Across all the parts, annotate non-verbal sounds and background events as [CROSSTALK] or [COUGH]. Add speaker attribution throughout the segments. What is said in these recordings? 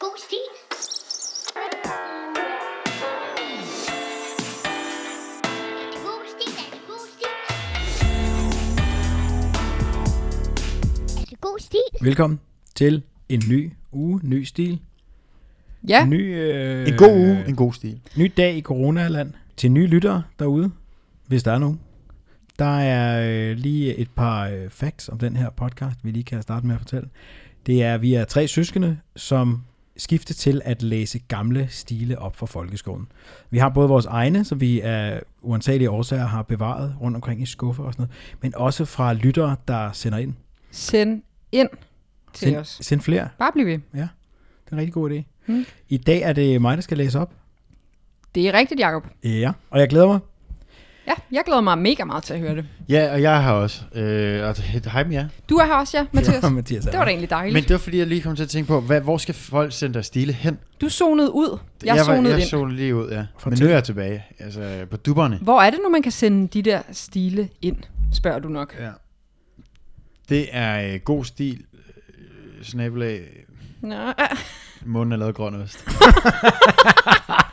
Speaker 1: Boosty. God stil.
Speaker 2: Velkommen til en ny uge, ny stil.
Speaker 3: Ja,
Speaker 2: Ny, øh,
Speaker 4: En god uge, en god stil.
Speaker 2: Ny dag i coronaland. Til nye lyttere derude, hvis der er nogen. Der er øh, lige et par øh, facts om den her podcast, vi lige kan starte med at fortælle. Det er, at vi er tre søskende, som skifter til at læse gamle stile op fra folkeskolen. Vi har både vores egne, som vi af uansagelige årsager har bevaret rundt omkring i skuffer og sådan noget, men også fra lyttere, der sender ind.
Speaker 3: send ind til
Speaker 2: Send,
Speaker 3: os.
Speaker 2: send flere.
Speaker 3: Bare bliv ved.
Speaker 2: Ja, det er en rigtig god idé.
Speaker 3: Mm.
Speaker 2: I dag er det mig, der skal læse op. Øh,
Speaker 3: Det er rigtigt, Jacob.
Speaker 2: Ja, og jeg glæder mig.
Speaker 3: Ja, jeg glæder mig mega meget til at høre det.
Speaker 4: Ja, og jeg har også. Øh, og he- hej med jer.
Speaker 3: Du er her også, ja, Mathias.
Speaker 2: Ja, [LAUGHS] Mathias er
Speaker 3: det var da
Speaker 2: her.
Speaker 3: egentlig
Speaker 4: Men
Speaker 3: dejligt.
Speaker 4: det var fordi, jeg lige kom til at tænke på, hvad, hvor skal folk sende deres stile hen?
Speaker 3: Du zonede ud. Jeg,
Speaker 4: jeg, var-
Speaker 3: zonede
Speaker 4: jeg
Speaker 3: ind.
Speaker 4: zonede lige ud, ja. Men
Speaker 2: Fortæl.
Speaker 4: nu er jeg tilbage, altså på dupperne.
Speaker 3: Hvor er det nu, man kan sende de der stile ind, spørger du nok.
Speaker 4: Ja. Det er øh, god stil, øh, snabelag,
Speaker 3: Nå, ah,
Speaker 4: munden er lavet grøn
Speaker 3: [LAUGHS]
Speaker 4: ost.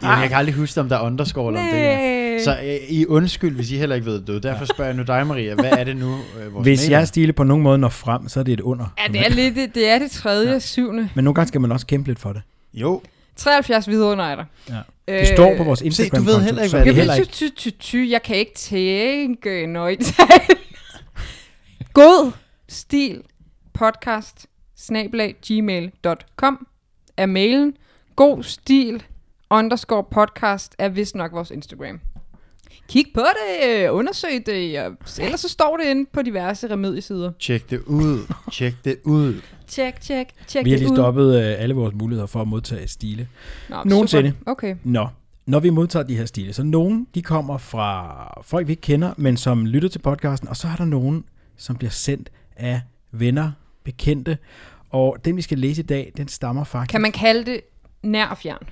Speaker 4: Jamen, jeg kan aldrig huske, om der er underscore eller om det er.
Speaker 3: nej.
Speaker 4: Så øh, I er undskyld, hvis I heller ikke ved det. Derfor spørger jeg nu dig, Maria. Hvad er det nu, øh, vores
Speaker 2: Hvis
Speaker 4: mail er?
Speaker 2: jeres stile på nogen måde når frem, så er det et under.
Speaker 3: Ja, det er, lidt, det, det er det tredje, ja. syvende.
Speaker 2: Men nogle gange skal man også kæmpe lidt for det.
Speaker 4: Jo,
Speaker 3: 73 vidunder er der.
Speaker 2: Ja. Det står på vores instagram
Speaker 4: du ved heller ikke, hvad
Speaker 2: det
Speaker 4: det
Speaker 3: Øh, Jeg,
Speaker 4: er.
Speaker 2: heller ikke.
Speaker 3: ty, ty, ty, jeg kan ikke tænke noget. [LAUGHS] God stil podcast snablag gmail.com er mailen. God stil underscore podcast er vist nok vores Instagram. Kig på det, undersøg det, og ellers så står det inde på diverse remediesider.
Speaker 4: tjek det ud. Tjek det ud.
Speaker 3: Tjek, tjek, tjek
Speaker 2: Vi har
Speaker 3: det
Speaker 2: lige
Speaker 3: ud.
Speaker 2: stoppet øh, alle vores muligheder for at modtage stile.
Speaker 3: Nå,
Speaker 2: Nogensinde.
Speaker 3: super. Okay.
Speaker 2: Nå, når vi modtager de her stile, så nogen de kommer fra folk, vi ikke kender, men som lytter til podcasten, og så er der nogen, som bliver sendt af venner, bekendte, og den, vi skal læse i dag, den stammer faktisk...
Speaker 3: Kan man kalde det nær og fjern?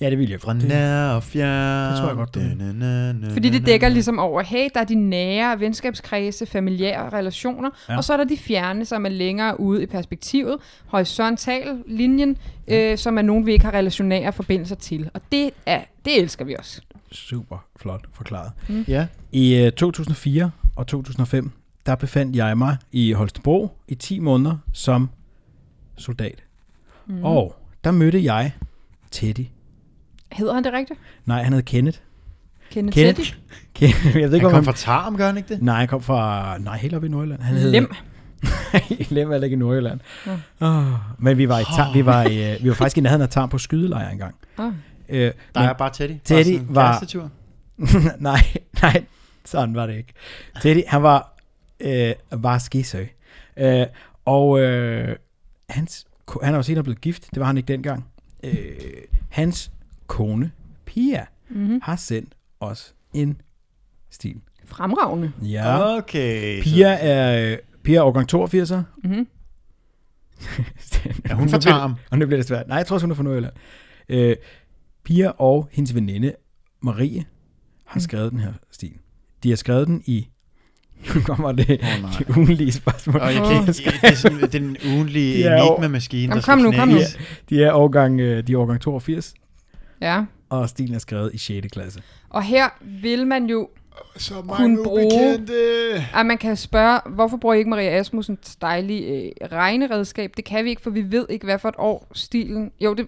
Speaker 2: Ja, det vil jeg.
Speaker 4: Fra
Speaker 2: Det-
Speaker 4: nær og fjern.
Speaker 2: Det tror jeg godt, du vil.
Speaker 4: Na, na, na,
Speaker 3: Fordi
Speaker 4: na,
Speaker 3: det
Speaker 4: na,
Speaker 3: dækker
Speaker 2: Mhm.
Speaker 4: na.
Speaker 3: ligesom over, hey, der er de nære venskabskredse, familiære relationer,
Speaker 2: Ja.
Speaker 3: ja. og så er der de fjerne, som er længere ude i perspektivet, horisontal linjen, øh, som er nogen, vi ikke har relationære forbindelser til. Og det, er, det elsker vi også.
Speaker 2: Super flot forklaret.
Speaker 4: Ja,
Speaker 2: I øh, 2004 og 2005, der befandt jeg mig i Holstebro i 10 måneder som soldat. Mm. Og der mødte jeg Teddy.
Speaker 3: Hedder han det rigtigt?
Speaker 2: Nej, han hed Kenneth. [LAUGHS]
Speaker 3: Kenneth,
Speaker 2: Kenneth?
Speaker 3: Teddy?
Speaker 2: Ken- jeg ved
Speaker 4: det
Speaker 2: ikke,
Speaker 4: han
Speaker 2: om han...
Speaker 4: kom fra Tarm, gør han ikke det?
Speaker 2: Nej, han kom fra... Nej, helt op i Nordjylland. Han hed... [LAUGHS]
Speaker 3: Lem.
Speaker 2: Lem er heller ikke i Nordjylland. Oh, men vi var, i tar... vi, var i, øh, vi var faktisk i nærheden af Tarm på skydelejr engang.
Speaker 3: Oh.
Speaker 2: Øh,
Speaker 4: Der
Speaker 2: men-
Speaker 4: er bare Teddy. Bare
Speaker 2: Teddy
Speaker 4: sådan en
Speaker 2: var-
Speaker 4: kærestetur.
Speaker 2: [LAUGHS] nej, nej, sådan var det ikke. Teddy, han var, øh, var skisøg. Øh, og øh, hans, ko- han er jo senere blevet gift, det var han ikke dengang. Øh, hans kone, Pia, mm-hmm. har sendt os en stil.
Speaker 3: Fremragende.
Speaker 2: Ja.
Speaker 4: Okay. så-
Speaker 2: Pia er, øh, Pia er årgang 82'er. [LAUGHS]
Speaker 3: Mhm.
Speaker 4: Ja, hun fra Tarm.
Speaker 2: Og nu bliver det svært. Nej, jeg tror også, hun er fra Nordjylland. Øh, Pia og hendes veninde Marie har
Speaker 4: Mm.
Speaker 2: skrevet den her stil. De har skrevet den i... [LAUGHS] Nu kommer det,
Speaker 4: Åh, nej.
Speaker 2: det ugenlige spørgsmål.
Speaker 4: Og jeg kan
Speaker 2: [LAUGHS]
Speaker 4: ikke, det er sådan det er den ugenlige
Speaker 2: De er jo-
Speaker 4: enigma-maskine,
Speaker 3: Jamen,
Speaker 4: der
Speaker 3: kom nu,
Speaker 4: skal
Speaker 3: kom nu.
Speaker 4: knækkes.
Speaker 2: De er årgang, øh, de er årgang 82,
Speaker 3: Ja.
Speaker 2: og stilen er skrevet i 6. klasse.
Speaker 3: Og her vil man jo,
Speaker 4: Så
Speaker 3: Kunne bruge- at man kan spørge, hvorfor bruger I ikke Maria Asmussens dejlige øh, regneredskab? Det kan vi ikke, for vi ved ikke, hvad for et år stilen... Jo, det,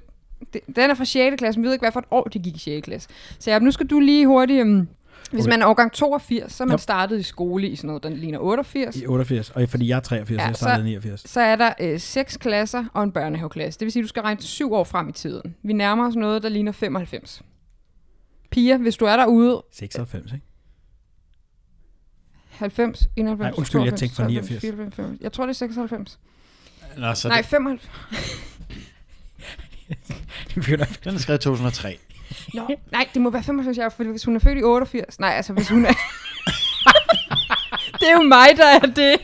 Speaker 3: det, den er fra 6. klasse, men vi ved ikke, hvad for et år det gik i 6. klasse. Så ja, nu skal du lige hurtigt... Um, hvis
Speaker 2: Okay.
Speaker 3: okay. man er årgang 82, så er man
Speaker 2: Yep.
Speaker 3: yep. startet i skole i sådan noget, den ligner 88.
Speaker 2: I 88, og fordi jeg er 83, ja,
Speaker 3: Ja,
Speaker 2: jeg startede i
Speaker 3: så-
Speaker 2: 89.
Speaker 3: Så er der øh, seks klasser og en børnehaveklasse. Det vil sige, at du skal regne syv år frem i tiden. Vi nærmer os noget, der ligner 95. Piger, hvis du er derude,
Speaker 2: 96, ikke? [LAUGHS]
Speaker 3: 90, 91,
Speaker 2: Nej, undskyld, jeg
Speaker 3: 92,
Speaker 2: tænkte på
Speaker 3: 93,
Speaker 2: 89.
Speaker 3: 94, 95. Jeg tror, det er 96.
Speaker 4: Nå, så
Speaker 3: Nej,
Speaker 4: Nej.
Speaker 3: 95.
Speaker 2: Det begynder-
Speaker 4: Den er skrevet i 2003.
Speaker 3: Nå, nej, det må være 95 år, for hvis hun er født i 88... Nej, altså hvis hun er... det er jo mig, der er det.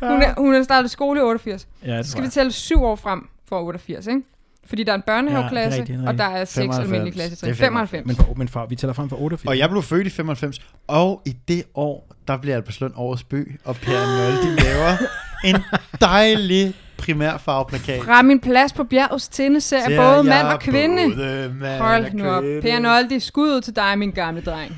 Speaker 3: hun, er, hun er startet skole i 88.
Speaker 2: ja, det tror
Speaker 3: Så skal vi
Speaker 2: jeg.
Speaker 3: tælle syv år frem for 88, ikke? Fordi der er en børnehaveklasse,
Speaker 2: Ja, det er rigtigt, det er
Speaker 3: og der er seks
Speaker 4: 95.
Speaker 3: almindelige klasser.
Speaker 4: Det er
Speaker 3: 95.
Speaker 2: Men, for, men for, vi tæller frem for 88.
Speaker 4: Og jeg blev født i 95, og i det år, der bliver Albertslund årets by, og Per Mølle, de laver en dejlig primærfarveplakat.
Speaker 3: Fra min plads på bjergets tinde ser jeg
Speaker 4: Ser
Speaker 3: både
Speaker 4: jeg
Speaker 3: mand og kvinde.
Speaker 4: Både mand
Speaker 3: Hold
Speaker 4: og
Speaker 3: nu op.
Speaker 4: kvinde.
Speaker 3: Per Noldi, skud ud til dig, min gamle dreng.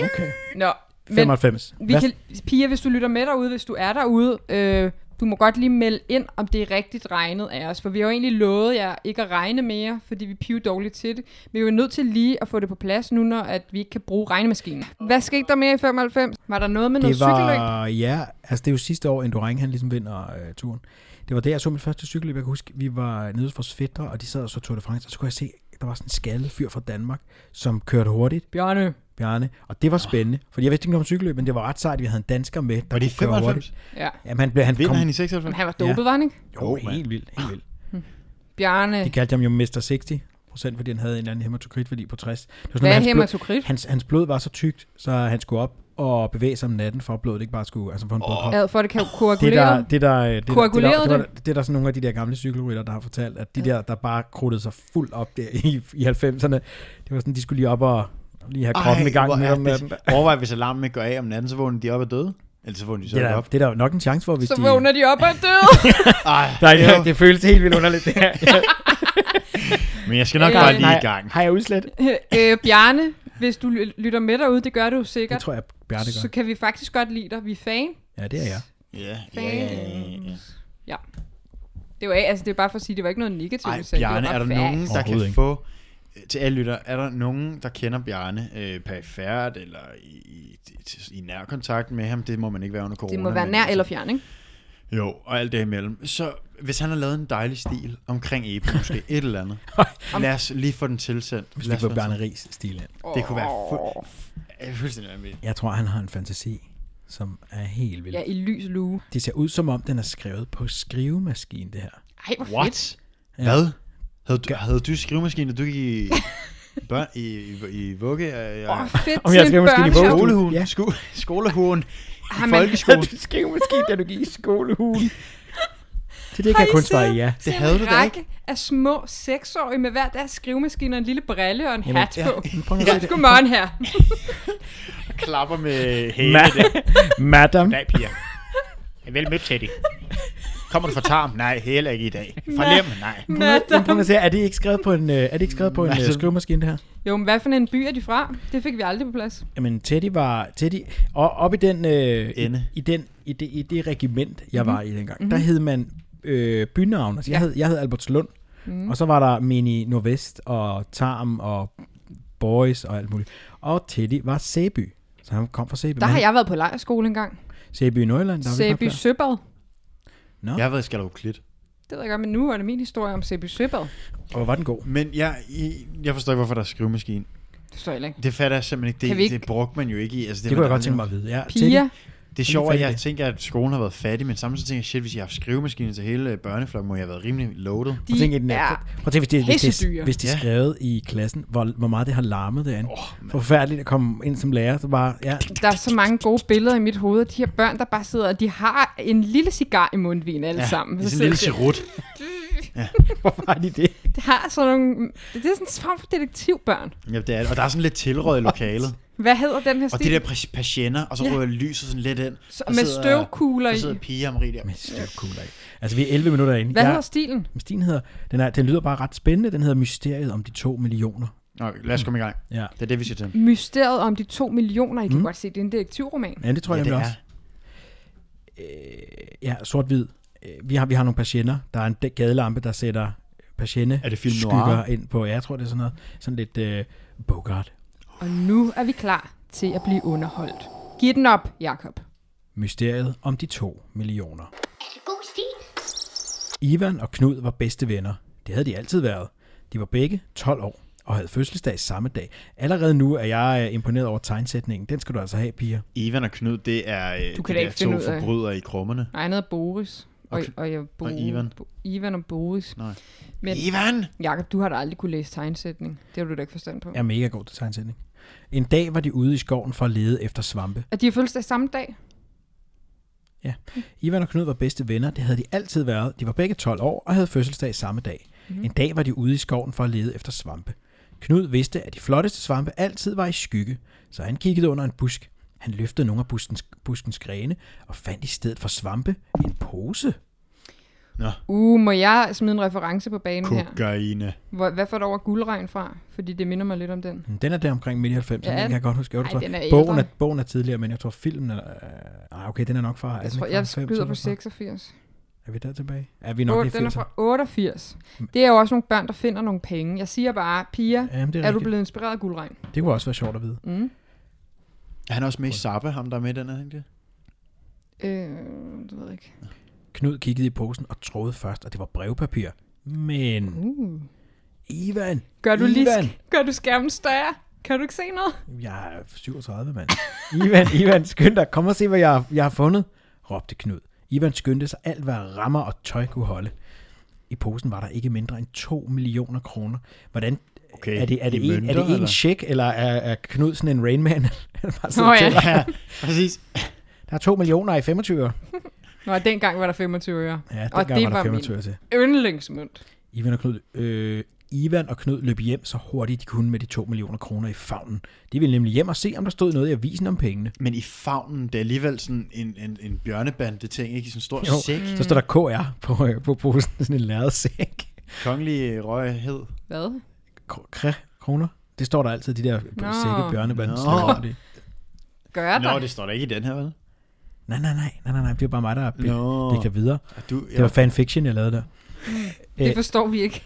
Speaker 2: Okay.
Speaker 3: Nå, men
Speaker 2: 95.
Speaker 3: vi kan, piger, hvis du lytter med derude, hvis du er derude, øh, du må godt lige melde ind, om det er rigtigt regnet af os. For vi har jo egentlig lovet jer ikke at regne mere, fordi vi piver dårligt til det. Men vi er jo nødt til lige at få det på plads nu, når at vi ikke kan bruge regnemaskinen. Hvad skete der mere i 95? Var der noget med noget
Speaker 2: Det
Speaker 3: cykelløb?
Speaker 2: var, ja, altså det er jo sidste år, Enduring, han ligesom vinder øh, turen. Det var der, jeg så mit første cykelløb. Jeg kan huske, vi var nede hos vores fætter, og de sad og så Tour de France, og så kunne jeg se, der var sådan en skaldet fyr fra Danmark, som kørte hurtigt,
Speaker 3: Bjørne.
Speaker 2: Bjarne. Og det var
Speaker 3: Ah.
Speaker 2: spændende, fordi jeg vidste ikke noget om cykelløb, men det var ret sejt, at vi havde en dansker med, der
Speaker 4: Var det i
Speaker 2: kunne køre hurtigt.
Speaker 4: 95?
Speaker 3: Ja.
Speaker 2: Jamen, han, blev, han
Speaker 4: Vinder
Speaker 2: kom,
Speaker 4: han
Speaker 2: han
Speaker 4: i 96?
Speaker 3: Men han var dopet, ja. var han ikke?
Speaker 2: jo,
Speaker 4: Jo, mand.
Speaker 2: helt vildt, helt vildt.
Speaker 3: Bjarne.
Speaker 2: De kaldte ham jo Mr. 60 procent, fordi han havde en eller anden hæmatokritværdi på 60. Det var sådan,
Speaker 3: Hvad
Speaker 2: at
Speaker 3: er
Speaker 2: hans blod-
Speaker 3: hematokrit?
Speaker 2: Hans, hans blod var så tykt, så han skulle op og bevæge sig om natten, for at blodet ikke bare skulle... Altså for en blodprop.
Speaker 3: Ad for, at det kan jo koagulere.
Speaker 2: det der, det der, øh, det, der, det,
Speaker 3: Koagulerede
Speaker 2: der, det, var,
Speaker 3: det?
Speaker 2: det, er der sådan nogle af de der gamle cykelrytter, der har fortalt, at de der, der bare krudtede sig fuldt op der i, i 90'erne, det var sådan, de skulle lige op og lige have kroppen i gang med om natten. Det,
Speaker 4: Overvej, hvis alarmen ikke går af om natten, så vågner de op og døde. Eller så vågner de så
Speaker 2: er
Speaker 4: ikke
Speaker 2: der,
Speaker 4: op.
Speaker 2: det er der jo nok en chance for, hvis
Speaker 3: så
Speaker 2: de...
Speaker 3: vågner de op og er
Speaker 2: [LAUGHS]
Speaker 3: døde.
Speaker 4: Ej,
Speaker 2: Nej,
Speaker 4: jo.
Speaker 2: det, det føles helt vildt underligt. Det her.
Speaker 4: Men jeg skal nok
Speaker 3: Øh,
Speaker 4: bare lige
Speaker 2: nej.
Speaker 4: i gang.
Speaker 2: Har jeg udslet?
Speaker 3: øh, Bjarne, hvis du ly- lytter med derude, det gør du
Speaker 2: Det
Speaker 3: sikkert,
Speaker 2: tror jeg, Bjarne
Speaker 3: så
Speaker 2: gør.
Speaker 3: kan vi faktisk godt lide dig. Vi er fan.
Speaker 2: Ja, det er jeg.
Speaker 4: Ja, ja,
Speaker 3: Fans.
Speaker 4: ja, ja, ja.
Speaker 3: Det var, altså, det er bare for at sige, det var ikke noget negativt.
Speaker 4: Ej,
Speaker 3: vi sagde. Det var
Speaker 4: Bjarne,
Speaker 3: bare
Speaker 4: er der
Speaker 3: facts.
Speaker 4: nogen, der kan
Speaker 2: Overhovedet ikke.
Speaker 4: få... øh, Til alle lytter, er der nogen, der kender Bjarne øh, perifært eller i, i, i, i nær kontakt med ham? Det må man ikke være under corona.
Speaker 3: Det må være
Speaker 4: men
Speaker 3: nær
Speaker 4: altså-
Speaker 3: eller fjern, ikke?
Speaker 4: Jo, og alt det imellem. Så hvis han har lavet en dejlig stil omkring Eben, måske et eller
Speaker 2: [LAUGHS]
Speaker 4: andet. Lad os lige få den tilsendt.
Speaker 2: Hvis det
Speaker 4: Lad os
Speaker 2: var
Speaker 4: få den
Speaker 2: Bjarne Ries stil ind.
Speaker 4: tilsendt. Det kunne være fu- øh, fuldstændig vanvittigt.
Speaker 2: Jeg tror, han har en fantasi, som er helt vild.
Speaker 3: Ja, i lys lue.
Speaker 2: Det ser ud, som om den er skrevet på skrivemaskine, det her.
Speaker 3: Ej, hvor fedt.
Speaker 4: What? Hvad? Havde du, havde du skrivemaskine, da du gik i, børn, i, i, i vugge? Øh,
Speaker 3: Åh,
Speaker 4: øh,
Speaker 3: fedt
Speaker 2: Om
Speaker 3: til
Speaker 2: jeg
Speaker 3: en
Speaker 2: skal måske lige
Speaker 3: børneshop.
Speaker 2: våge.
Speaker 4: skolehuen?
Speaker 2: Ja.
Speaker 4: Ja. Sko, skolehuen?
Speaker 3: Har
Speaker 2: [LAUGHS]
Speaker 3: man-
Speaker 4: Folkeskole?
Speaker 2: skrivemaskine, da du gik i skolehulen. Til det kan
Speaker 3: Har
Speaker 2: jeg
Speaker 3: I
Speaker 2: kun
Speaker 3: set
Speaker 2: svare ja.
Speaker 3: Til en
Speaker 4: havde du da
Speaker 3: række af små seksårige med hver deres skrivemaskine og en lille brille og en
Speaker 2: Jamen,
Speaker 3: hat på.
Speaker 2: Men Prøv nu at se det.
Speaker 3: Godmorgen her.
Speaker 4: Klapper med hele
Speaker 2: Ma- [LAUGHS]
Speaker 4: det.
Speaker 2: Madam.
Speaker 4: Dag, piger. Vel mødt, Teddy. Kommer du fra Tarm? Nej, heller ikke i dag. Fra Lem? Nej.
Speaker 2: Prøv
Speaker 3: Madam.
Speaker 2: nu at se, er det ikke skrevet på en, øh, er det ikke skrevet på en
Speaker 4: Altså-
Speaker 2: øh, skrivemaskine, det her?
Speaker 3: Jo, men hvad for en by er de fra? Det fik vi aldrig på plads.
Speaker 2: Jamen, Teddy var... Teddy, og op i den... Øh, i,
Speaker 4: Ende.
Speaker 2: i, den i, det, I det regiment, jeg var i dengang, der hed man øh, bynavn. Altså, jeg, hed, jeg hed Albertslund. Mm. Og så var der Mini Nordvest og Tarm og Boys og alt muligt. Og Teddy var Sæby. Så han kom fra Sæby.
Speaker 3: Der
Speaker 2: men
Speaker 3: har
Speaker 2: han-
Speaker 3: jeg været på lejerskole engang.
Speaker 2: Sæby i Nordjylland. Der har vi
Speaker 3: Sæby
Speaker 2: snakket før.
Speaker 3: Søbad.
Speaker 4: Jeg har været i Skallerup Klit.
Speaker 3: Det ved jeg godt, men nu er det min historie om Sæby Søbad.
Speaker 2: Og hvor var den god?
Speaker 4: Men jeg, I- jeg forstår ikke, hvorfor der er skrivemaskine.
Speaker 3: Det står heller ikke.
Speaker 4: Det fatter jeg simpelthen ikke. Det,
Speaker 3: Kan vi ikke-
Speaker 4: ikke? det brugte man jo ikke i. Altså,
Speaker 2: Det kunne jeg
Speaker 4: var-
Speaker 2: godt tænke mig at vide. Ja,
Speaker 3: Pia,
Speaker 4: Det er sjovt, at
Speaker 2: fatte
Speaker 4: jeg
Speaker 2: det.
Speaker 4: tænker, at skolen har været fattig, men samtidig tænker jeg, shit, hvis jeg har haft skrivemaskine til hele øh, børneflokken, må jeg have været rimelig loaded.
Speaker 2: Prøv at tænke, i den
Speaker 3: de
Speaker 2: er,
Speaker 3: er
Speaker 2: prøv at tænke hvis det, hvis det,
Speaker 3: pissedyre.
Speaker 2: hvis det er
Speaker 4: Ja.
Speaker 2: skrevet i klassen, hvor, hvor meget det har larmet derinde. Oh, Forfærdeligt at komme ind som lærer, så bare,
Speaker 4: [LAUGHS]
Speaker 2: ja,
Speaker 3: der er så mange gode billeder i mit hoved af de her børn, der bare sidder, og de har en lille cigar i mundvin alle sammen.
Speaker 4: Det er
Speaker 3: Så
Speaker 4: sådan en lille
Speaker 3: sidder de-
Speaker 4: sirut.
Speaker 2: hvorfor har de det?
Speaker 3: Det har sådan nogle... Det er sådan en form for detektivbørn.
Speaker 4: Ja, det er, det. og der er sådan lidt tilrød i lokalet.
Speaker 3: Hvad hedder den her
Speaker 4: Og
Speaker 3: stil?
Speaker 4: de der pas- patienter, og så
Speaker 3: Ja.
Speaker 4: rører lyset sådan lidt ind.
Speaker 3: Så-
Speaker 4: Der
Speaker 3: med
Speaker 4: sidder-
Speaker 3: støvkugler
Speaker 4: Der sidder
Speaker 3: i.
Speaker 4: piger og Marie der.
Speaker 2: Men det er jo cool, ikke? Altså, vi er 11 minutter inde.
Speaker 3: Hvad
Speaker 2: jeg,
Speaker 3: hedder stilen?
Speaker 2: Men Stien hedder, den, er, den lyder bare ret spændende. Den hedder Mysteriet om de to millioner.
Speaker 4: Nå, lad os komme i gang.
Speaker 2: Ja,
Speaker 4: Det er det, vi skal til.
Speaker 3: Mysteriet om de to millioner. I kan
Speaker 4: Mm.
Speaker 3: godt se, det er en detektivroman.
Speaker 2: ja det tror jeg
Speaker 4: det
Speaker 2: nemlig
Speaker 4: er.
Speaker 2: også. Ja, sort-hvid. Øh, Vi har, vi har nogle patienter. Der er en dæk- gadelampe, der sætter patiente
Speaker 4: Er det film
Speaker 2: skygger
Speaker 4: noir?
Speaker 2: ind på, ja, jeg tror det er sådan noget, sådan lidt øh, Bogart.
Speaker 3: Og nu er vi klar til at blive underholdt. Giv den op, Jakob.
Speaker 2: Mysteriet om de to millioner.
Speaker 1: Er det god stil?
Speaker 2: Ivan og Knud var bedste venner. Det havde de altid været. De var begge 12 år og havde fødselsdag samme dag. Allerede nu er jeg øh, imponeret over tegnsætningen. Den skal du altså have, piger.
Speaker 4: Ivan og Knud, det er øh,
Speaker 3: Du kan
Speaker 4: de
Speaker 3: da
Speaker 4: der
Speaker 3: ikke finde
Speaker 4: to
Speaker 3: ud af.
Speaker 4: forbrydere i krummerne.
Speaker 3: Nej, han hedder Boris. Og,
Speaker 4: Okay.
Speaker 3: og, jeg, Bo,
Speaker 4: Og Ivan.
Speaker 3: Bo, Ivan og Boris.
Speaker 4: Nej.
Speaker 3: Men
Speaker 4: Ivan!
Speaker 3: Jakob, du har da aldrig kunne læse tegnsætning. Det har du da ikke forstand på.
Speaker 2: er mega god til tegnsætning. En dag var de ude i skoven for at lede efter svampe.
Speaker 3: Og de har fødselsdag samme dag.
Speaker 2: Ja.
Speaker 3: Mm.
Speaker 2: Ivan og Knud var bedste venner, det havde de altid været. De var begge 12 år og havde fødselsdag samme dag.
Speaker 3: Mm-hmm.
Speaker 2: En dag var de ude i skoven for at lede efter svampe. Knud vidste, at de flotteste svampe altid var i skygge, så han kiggede under en busk. Han løftede nogle af buskens, buskens grene og fandt i stedet for svampe en pose. Mm,
Speaker 4: Nå.
Speaker 3: Uh, må jeg smide en reference på banen her?
Speaker 4: Kokaine.
Speaker 3: Hvor, hvad får du over guldregn fra? Fordi det minder mig lidt om den.
Speaker 2: Den er der omkring midt i 90'erne,
Speaker 3: Ja.
Speaker 2: ja. den kan jeg godt huske. Jeg
Speaker 3: Ej,
Speaker 2: tror,
Speaker 3: den er ældre.
Speaker 2: bogen, er, bogen er tidligere, men jeg tror filmen er... Øh, ej, okay, den er nok fra... er
Speaker 3: Jeg
Speaker 2: den
Speaker 3: tror,
Speaker 2: ikke fra
Speaker 3: jeg
Speaker 2: 90'erne
Speaker 3: skyder
Speaker 2: eller
Speaker 3: på
Speaker 2: sådan
Speaker 3: 86.
Speaker 2: noget? Er vi der tilbage? Er vi nok
Speaker 3: Åh,
Speaker 2: i
Speaker 3: den er
Speaker 2: 80'erne?
Speaker 3: fra 88. Det er jo også nogle børn, der finder nogle penge. Jeg siger bare, piger,
Speaker 2: Jamen, det er,
Speaker 3: er du
Speaker 2: rigtigt.
Speaker 3: blevet inspireret af guldregn?
Speaker 2: Det kunne også være sjovt at vide.
Speaker 3: Mm.
Speaker 4: Er han også med i Zappa, ham der er med i den, er han ikke det?
Speaker 3: Øh, det ved jeg ikke.
Speaker 2: Knud kiggede i posen og troede først, at det var brevpapir. Men...
Speaker 3: Uh.
Speaker 2: Ivan!
Speaker 3: Gør du, lige,
Speaker 2: Ivan!
Speaker 3: sk- gør du skærmen større? Kan du ikke se noget?
Speaker 2: Jeg er 37, mand. [LAUGHS] Ivan, Ivan, skynd dig. Kom og se, hvad jeg har, jeg har fundet, råbte Knud. Ivan skyndte sig alt, hvad rammer og tøj kunne holde. I posen var der ikke mindre end 2 millioner kroner. Hvordan
Speaker 4: Okay,
Speaker 2: er det, er det,
Speaker 4: i
Speaker 2: en,
Speaker 4: mønter,
Speaker 2: er det en
Speaker 4: eller?
Speaker 2: check, eller er, er Knud sådan en Rainman? [LAUGHS] Bare sidder
Speaker 3: Nå
Speaker 2: og
Speaker 3: ja.
Speaker 2: tæller.
Speaker 4: Ja, præcis.
Speaker 2: Der er 2 millioner i 25
Speaker 3: Nå, dengang var der 25 øre.
Speaker 2: Ja, dengang
Speaker 3: Og det
Speaker 2: var der
Speaker 3: var
Speaker 2: 25 til.
Speaker 3: min yndlingsmønt.
Speaker 2: Ivan og Knud, øh, Ivan og Knud løb hjem så hurtigt de kunne med de 2 millioner kroner i favnen. De ville nemlig hjem og se, om der stod noget i avisen om pengene.
Speaker 4: Men i favnen, det er alligevel sådan en, en, en bjørnebande ting, ikke? I sådan en stor
Speaker 2: Jo,
Speaker 4: sæk.
Speaker 2: så står der KR på, øh, på posen, sådan en lærersæk.
Speaker 4: Kongelig røghed.
Speaker 3: Hvad?
Speaker 2: Kr- kr- kroner. Det står der altid, de der
Speaker 3: Nå.
Speaker 2: sække bjørneband.
Speaker 4: Nå.
Speaker 3: Gør
Speaker 4: Nå,
Speaker 3: der?
Speaker 4: det står der ikke i den her, vel?
Speaker 2: Nej, nej, nej, nej, nej, nej, det er bare mig, der er
Speaker 4: Nå.
Speaker 2: det kan videre.
Speaker 4: Du,
Speaker 2: Det var fanfiction, jeg lavede
Speaker 4: [LAUGHS]
Speaker 2: der.
Speaker 3: det forstår vi ikke.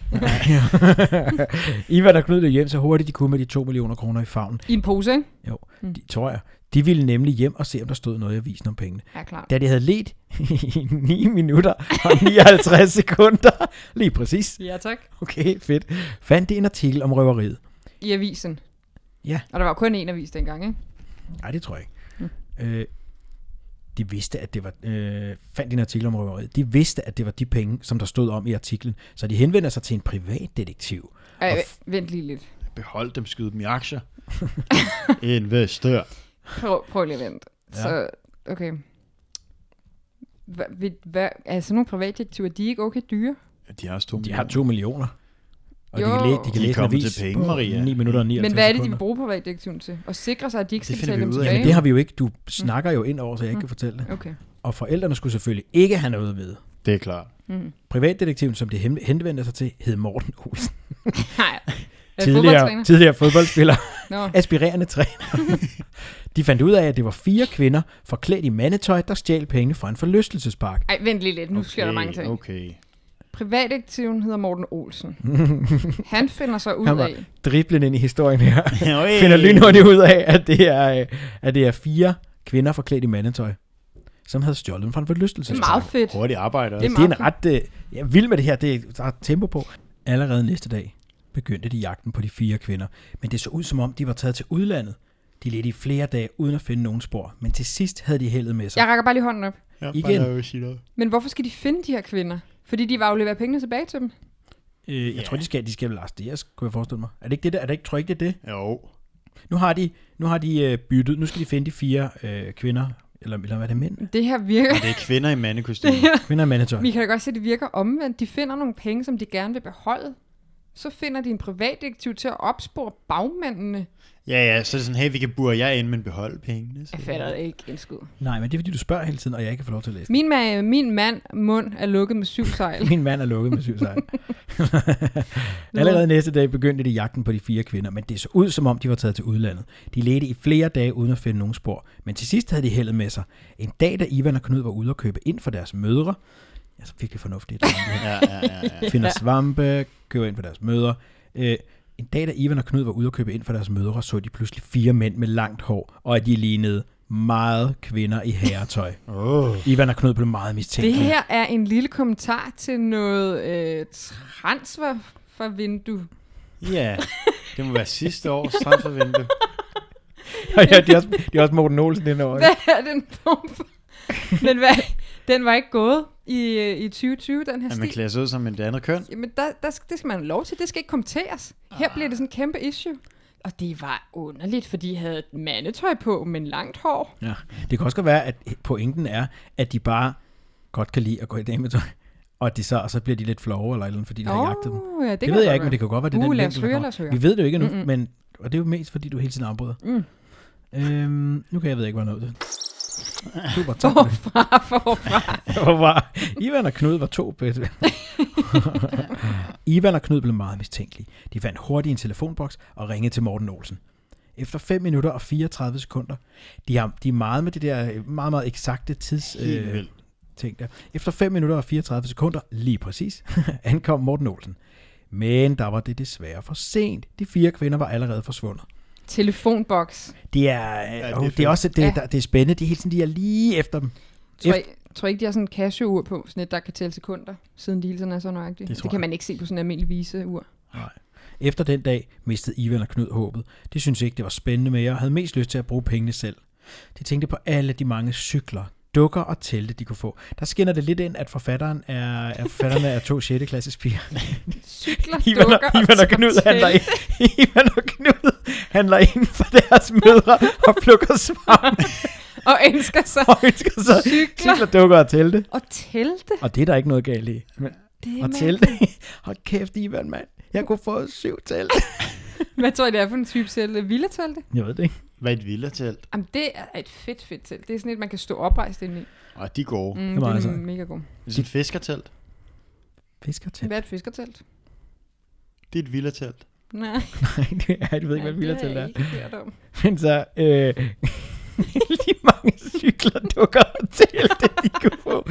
Speaker 2: [LAUGHS] Ivan og Knud løb hjem så hurtigt, de kunne med de 2 millioner kroner i favnen.
Speaker 3: I en pose, ikke?
Speaker 2: Jo, de, tror jeg. De ville nemlig hjem og se, om der stod noget i avisen om pengene.
Speaker 3: Ja, klart.
Speaker 2: Da de havde let [LAUGHS] i 9 minutter og 59 sekunder, lige præcis,
Speaker 3: Ja, tak.
Speaker 2: okay, fedt, fandt de en artikel om røveriet.
Speaker 3: I avisen.
Speaker 2: Ja.
Speaker 3: Og der var jo kun én avis dengang, ikke?
Speaker 2: Nej, det tror jeg ikke. Mm. Øh, de vidste, at det var... Øh, fandt en artikel om røveriet. De vidste, at det var de penge, som der stod om i artiklen. Så de henvender sig til en privatdetektiv.
Speaker 3: Ej,
Speaker 2: Og
Speaker 3: vent lige lidt.
Speaker 4: Behold dem, skyd dem i
Speaker 3: [LAUGHS]
Speaker 4: aktier. Investør.
Speaker 3: Prøv, prøv lige at vente. Ja. Så, okay. Hva, ved, hva, er sådan nogle privatdetektiver, de er ikke okay dyre?
Speaker 4: De har også to
Speaker 2: De har 2 millioner. Og de
Speaker 3: Jo.
Speaker 2: kan, læ- de
Speaker 4: De
Speaker 2: kan
Speaker 4: er
Speaker 2: læse en
Speaker 4: kommet
Speaker 2: avis
Speaker 4: til penge,
Speaker 2: på
Speaker 4: Maria.
Speaker 2: 9 minutter og
Speaker 3: Men
Speaker 2: 59
Speaker 3: hvad er det, de
Speaker 2: sekunder.
Speaker 3: vil bruge privatdetektiven til? Og sikre sig, at de ikke
Speaker 4: Det
Speaker 3: skal betale
Speaker 4: finder vi
Speaker 3: dem
Speaker 4: ud af.
Speaker 3: tilbage?
Speaker 2: det har vi jo ikke. Du snakker jo ind over, så jeg ikke
Speaker 3: Mm.
Speaker 2: kan fortælle det.
Speaker 3: Okay.
Speaker 2: Og forældrene skulle selvfølgelig ikke have noget ved.
Speaker 4: Det er klart.
Speaker 3: Mm.
Speaker 2: Privatdetektiven, som de hen- henvendte sig til, hed Morten Olsen.
Speaker 3: Nej. Er det
Speaker 2: Tidligere,
Speaker 3: fodboldtræner?
Speaker 2: tidligere fodboldspiller.
Speaker 3: [LAUGHS] Nå,
Speaker 2: aspirerende
Speaker 3: [LAUGHS]
Speaker 2: træner. de fandt ud af, at det var fire kvinder forklædt i mandetøj, der stjal penge fra en forlystelsespark.
Speaker 3: Ej, vent lige lidt. Nu okay, sker der mange ting. Okay.
Speaker 4: Okay.
Speaker 3: Privatdetektiven hedder Morten Olsen. Han finder sig ud
Speaker 2: Han var-
Speaker 3: af...
Speaker 2: Driblen ind i historien her.
Speaker 4: Hey.
Speaker 2: Finder lynhurtigt ud af, at det er, øh, at det er fire kvinder forklædt i mandetøj, som havde stjålet fra en
Speaker 3: Det er
Speaker 2: forlystelsespark.
Speaker 3: meget fedt.
Speaker 4: Hurtigt arbejder.
Speaker 3: Det er
Speaker 2: Det er en
Speaker 3: meget
Speaker 2: ret øh, jeg er vild med det her, det er, der er tempo på. Allerede næste dag begyndte de jagten på de fire kvinder, men det så ud som om, de var taget til udlandet. De ledte i flere dage uden at finde nogen spor, men til sidst havde de heldet med sig.
Speaker 3: Jeg rækker bare lige hånden op.
Speaker 4: Jeg
Speaker 2: Igen.
Speaker 4: brænder jo shit op.
Speaker 3: Men hvorfor skal de finde de her kvinder? Fordi de var jo leveret penge tilbage til dem.
Speaker 2: Øh, jeg
Speaker 4: Ja.
Speaker 2: tror, de skal, de skal vel arresteres, kunne jeg forestille mig. Er det ikke det der? Er det ikke, tror jeg ikke, det er det?
Speaker 4: Jo.
Speaker 2: Nu har de, nu har de øh, byttet. Nu skal de finde de fire øh, kvinder, eller, eller hvad er det, mænd?
Speaker 3: Det her virker...
Speaker 4: Det er kvinder i mandekostymer.
Speaker 3: [LAUGHS]
Speaker 2: Kvinder og manager.
Speaker 3: Vi kan da godt se, at det virker omvendt. De finder nogle penge, som de gerne vil beholde. Så finder de en privatdetektiv til at opspore bagmændene.
Speaker 4: Ja, ja, så er det sådan, hey, vi kan bure jer ind, men beholde pengene. Så.
Speaker 3: Jeg fatter det ikke en skid.
Speaker 2: Nej, men det er, fordi du spørger hele tiden, og jeg ikke får lov til at læse.
Speaker 3: Min, ma- min mand mund er lukket med syv sejl.
Speaker 2: [LAUGHS] Min mand er lukket med syv sejl. Allerede næste dag begyndte de jagten på de fire kvinder, men det så ud, som om de var taget til udlandet. De ledte i flere dage uden at finde nogen spor, men til sidst havde de heldet med sig. En dag, da Ivan og Knud var ude og købe ind for deres mødre, jeg er så virkelig fornuftigt.
Speaker 4: Ja, ja,
Speaker 2: [LAUGHS]
Speaker 4: ja, ja.
Speaker 2: finder svampe, køber ind for deres mødre. Øh, en dag, da Ivan og Knud var ude og købe ind for deres mødre, så de pludselig fire mænd med langt hår, og at de lignede meget kvinder i herretøj.
Speaker 4: Oh.
Speaker 2: Ivan og Knud blev meget
Speaker 3: Det
Speaker 2: mistænkelige.
Speaker 3: her er en lille kommentar til noget øh, transfer fra vindue.
Speaker 4: Ja, det må være sidste års
Speaker 3: [LAUGHS]
Speaker 4: transfervindue.
Speaker 2: [LAUGHS] ja, det, er også, det er også Morten Olsen den år.
Speaker 3: Hvad er den form for? Men hvad? Den var ikke gået i, øh, i 2020, den her
Speaker 4: At man
Speaker 3: stil.
Speaker 4: klæder sig ud som et andet køn.
Speaker 3: Jamen, der, der, skal- det skal man have lov til. Det skal ikke kommenteres. Her bliver det sådan en kæmpe issue. Og det var underligt, fordi de havde et mandetøj på, men langt hår.
Speaker 2: Ja. Det kan også godt være, at pointen er, at de bare godt kan lide at gå i dametøj, og, at de så, og så bliver de lidt flove eller et eller andet, fordi de har jagtet dem.
Speaker 3: ja, det,
Speaker 2: Det, det ved jeg ikke, men det kan godt være, det er
Speaker 3: Uh,
Speaker 2: den
Speaker 3: lad os
Speaker 2: vinkel,
Speaker 3: høre,
Speaker 2: der kommer.
Speaker 3: lad os høre.
Speaker 2: Vi ved det jo ikke endnu,
Speaker 3: Mm-mm.
Speaker 2: mm-hmm. men, og det er jo mest, fordi du hele tiden afbryder.
Speaker 3: Mm.
Speaker 2: Øhm, nu kan jeg ved ikke, hvad jeg nåede til. Super, tak. for det.
Speaker 3: Forfra, forfra.
Speaker 2: [LAUGHS] Hvor var, Ivan og Knud var to bedste.
Speaker 4: [LAUGHS]
Speaker 2: Ivan og Knud blev meget mistænkelige. De fandt hurtigt en telefonboks og ringede til Morten Olsen. Efter 5 minutter og 34 sekunder. De, har, de er meget med det der øh, meget, meget eksakte tids... øh,
Speaker 4: Helt vildt.
Speaker 2: ting der. Efter 5 minutter og 34 sekunder, lige præcis, [LAUGHS] ankom Morten Olsen. Men der var det desværre for sent. De fire kvinder var allerede forsvundet.
Speaker 3: [LAUGHS] Telefonboks.
Speaker 2: Det er, ja,
Speaker 4: det er
Speaker 2: det er, det
Speaker 4: fedt.
Speaker 2: er også det,
Speaker 3: Ja.
Speaker 2: ja. der, det er spændende. De er hele tiden de er lige efter dem.
Speaker 3: Tror, I, tror I ikke, de har sådan en Casio-ur på, sådan et, der kan tælle sekunder, siden lidelsen er så nøjagtig?
Speaker 2: Det
Speaker 3: Det,
Speaker 2: tror
Speaker 3: det kan
Speaker 2: jeg.
Speaker 3: man ikke se på sådan en almindelig [LAUGHS] viseur.
Speaker 2: Efter den dag mistede Ivan og Knud håbet. De syntes ikke, det var spændende mere og havde mest lyst til at bruge pengene selv. De tænkte på alle de mange cykler, dukker og telte, de kunne få. Der skinner det lidt ind, at forfatteren er, er, forfatterne er to 6. klasses
Speaker 3: [LAUGHS]
Speaker 2: piger.
Speaker 3: Cykler,
Speaker 2: Ivan og,
Speaker 3: dukker
Speaker 2: Ivan og Knud
Speaker 3: tæl.
Speaker 2: handler, ind- Ivan og Knud handler inden for deres mødre og plukker svamp
Speaker 3: [LAUGHS] Og ønsker sig
Speaker 2: og ønsker sig
Speaker 3: cykler
Speaker 2: cykler, dukker og telte.
Speaker 3: og telte.
Speaker 2: Og det er der ikke noget galt i. Men,
Speaker 3: Det er
Speaker 2: og
Speaker 3: mærkeligt.
Speaker 2: telte. Hold kæft, Ivan, mand. Jeg kunne få syv telte.
Speaker 3: Hvad tror I, det er for en type telte? Vilde telte?
Speaker 2: Jeg ved det ikke.
Speaker 4: Hvad er et villatelt?
Speaker 3: Jamen, det er et fedt, fedt telt. Det er sådan et, man kan stå oprejst inde i.
Speaker 4: Og de er gode. Mm.
Speaker 3: Mm,
Speaker 2: er
Speaker 3: det er
Speaker 2: meget sejt.
Speaker 3: mega god.
Speaker 4: Det er sådan et fiskertelt.
Speaker 2: Fiskertelt.
Speaker 3: Hvad er et fiskertelt?
Speaker 4: Det er et villatelt.
Speaker 3: Nej,
Speaker 2: Nej, det er, jeg ved ikke, hvad
Speaker 3: det
Speaker 2: vildt
Speaker 3: har
Speaker 2: til
Speaker 3: jeg
Speaker 2: er.
Speaker 3: ikke hørt om.
Speaker 2: Men så, øh, [LAUGHS] de mange cykler dukker og telte, de kunne få.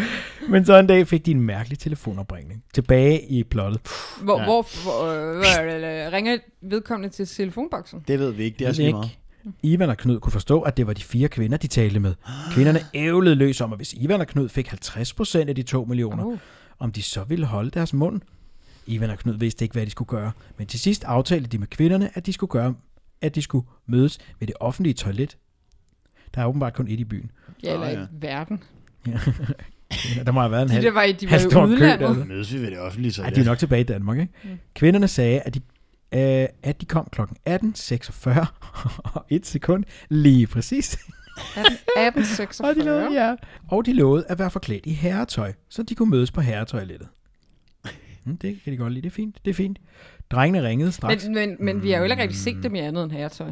Speaker 2: Men så en dag fik de en mærkelig telefonopringning. Tilbage i plottet.
Speaker 3: Hvor,
Speaker 4: Ja.
Speaker 3: hvor, hvor øh, hvor- ringer vedkommende til telefonboksen?
Speaker 4: Det ved vi ikke. Det er
Speaker 2: Ved
Speaker 4: også lige meget.
Speaker 2: Ivan og Knud kunne forstå, at det var de fire kvinder, de talte med. Kvinderne ævlede løs om, at hvis Ivan og Knud fik 50% af de 2 millioner,
Speaker 3: Oh.
Speaker 2: om de så ville holde deres mund. Ivan og Knud vidste ikke, hvad de skulle gøre, men til sidst aftalte de med kvinderne, at de skulle gøre, at de skulle mødes ved det offentlige toilet. Der er åbenbart kun et i byen.
Speaker 3: Ja, eller
Speaker 4: Nå,
Speaker 3: i
Speaker 4: ja.
Speaker 3: verden.
Speaker 2: Der må have været en
Speaker 3: De
Speaker 2: halv.
Speaker 3: der var i, de var
Speaker 2: halv
Speaker 3: i
Speaker 2: stor kø
Speaker 3: udlandet.
Speaker 2: dernede.
Speaker 4: Mødes vi ved det offentlige
Speaker 2: Ej,
Speaker 4: toilet?
Speaker 2: de er nok tilbage i Danmark, ikke? Mm. Kvinderne sagde, at de, øh, at de kom kl. 18.46 og et sekund lige præcis.
Speaker 3: 1846.
Speaker 2: Og de, lovede, ja. og de lovede at være forklædt i herretøj, så de kunne mødes på herretoilettet. Mm, det kan de godt lide. Det er fint. Det er fint. Drengene ringede straks. Men,
Speaker 3: Men, men, men vi har jo heller ikke rigtig
Speaker 2: Mm.
Speaker 3: set dem i andet end herretøj.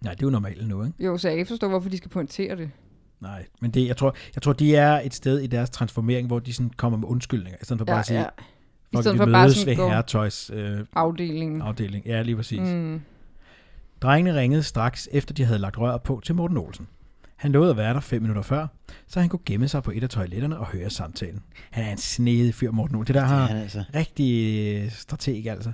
Speaker 2: Nej, det er jo normalt nu, ikke?
Speaker 3: Jo, så jeg kan ikke forstå, hvorfor de skal pointere det.
Speaker 2: Nej, men det, jeg, tror, jeg tror, de er et sted i deres transformering, hvor de sådan kommer med undskyldninger, i stedet for bare at sige, ja.
Speaker 3: I stedet
Speaker 2: vi
Speaker 3: for
Speaker 2: mødes
Speaker 3: bare
Speaker 2: ved
Speaker 3: sådan gå
Speaker 2: herretøjs øh,
Speaker 3: afdelingen.
Speaker 2: afdeling. Ja, lige præcis. Mm.
Speaker 3: Mm.
Speaker 2: Drengene ringede straks, efter de havde lagt røret på til Morten Olsen. Han lovede at være der fem minutter før, så han kunne gemme sig på et af toiletterne og høre samtalen. Han er en snedig fyr, Morten Olsen. Det der
Speaker 4: Det er
Speaker 2: har
Speaker 4: han altså.
Speaker 2: rigtig øh, strateg, altså.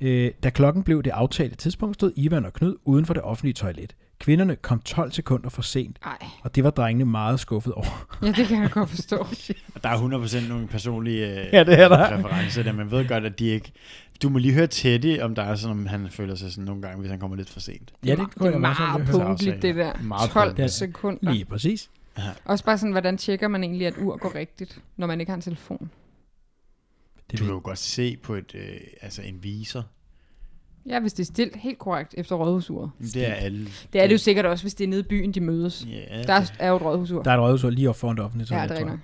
Speaker 2: Øh, da klokken blev det aftalte tidspunkt, stod Ivan og Knud uden for det offentlige toilet. Kvinderne kom 12 sekunder for sent,
Speaker 3: Ej,
Speaker 2: og det var drengene meget skuffet over.
Speaker 3: ja, det kan jeg godt forstå.
Speaker 4: Og Der er 100% nogle personlige øh,
Speaker 2: Ja, det er der.
Speaker 4: præferencer der. Man ved godt, at de ikke... Du må lige høre Teddy, om der er sådan, om han føler sig sådan nogle gange, hvis han kommer lidt for
Speaker 2: [LAUGHS]
Speaker 4: sent.
Speaker 2: Ja,
Speaker 3: det,
Speaker 2: det
Speaker 3: det
Speaker 2: kunne
Speaker 3: er
Speaker 2: jeg meget
Speaker 3: meget
Speaker 2: godt
Speaker 4: på.
Speaker 3: punktligt, det der.
Speaker 4: Meget
Speaker 3: 12
Speaker 2: punktligt.
Speaker 3: sekunder.
Speaker 2: Lige præcis.
Speaker 3: Også bare sådan, hvordan tjekker man egentlig, at ur går rigtigt, når man ikke har en telefon?
Speaker 2: Det
Speaker 4: Du
Speaker 2: ved
Speaker 4: kan jo godt se på et, øh, altså en viser.
Speaker 3: Ja, hvis det er stillet helt korrekt efter rådhusuret.
Speaker 4: Det er alle.
Speaker 3: Det er det jo sikkert også, hvis det er nede i byen, de mødes.
Speaker 4: Ja,
Speaker 3: Der er- er jo et rådhusur.
Speaker 2: Der er et rødhusur lige op foran det offentlige
Speaker 3: Ja,
Speaker 2: toilet,
Speaker 3: det er
Speaker 2: tror jeg.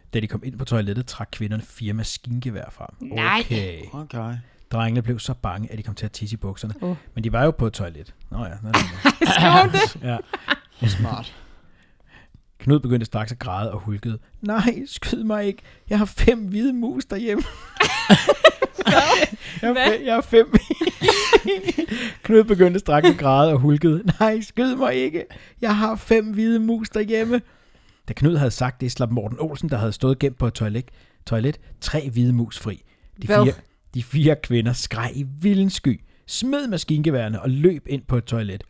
Speaker 3: rigtigt.
Speaker 2: Da de kom ind på toilettet, trak kvinderne fire maskingevær frem.
Speaker 3: Nej.
Speaker 2: Okay.
Speaker 4: Okay.
Speaker 2: Drengene blev så bange, at de kom til at tisse i bukserne.
Speaker 3: Åh.
Speaker 2: Oh. Men de var jo på et toilet. Nå ja, nej, det? ja.
Speaker 4: Smart.
Speaker 2: Knud begyndte straks at græde og hulkede. Nej, skyd mig ikke. Jeg har fem hvide mus derhjemme. jeg, har fem, jeg har fem. [LAUGHS] Knud begyndte straks at græde og hulkede. Nej, skyd mig ikke. Jeg har fem hvide mus derhjemme. Da Knud havde sagt det, slap Morten Olsen, der havde stået gemt på et toilet, toilet tre hvide mus fri. De
Speaker 3: Hvad?
Speaker 2: fire, de fire kvinder skreg i vildens sky, smed maskingeværene og løb ind på et toilet.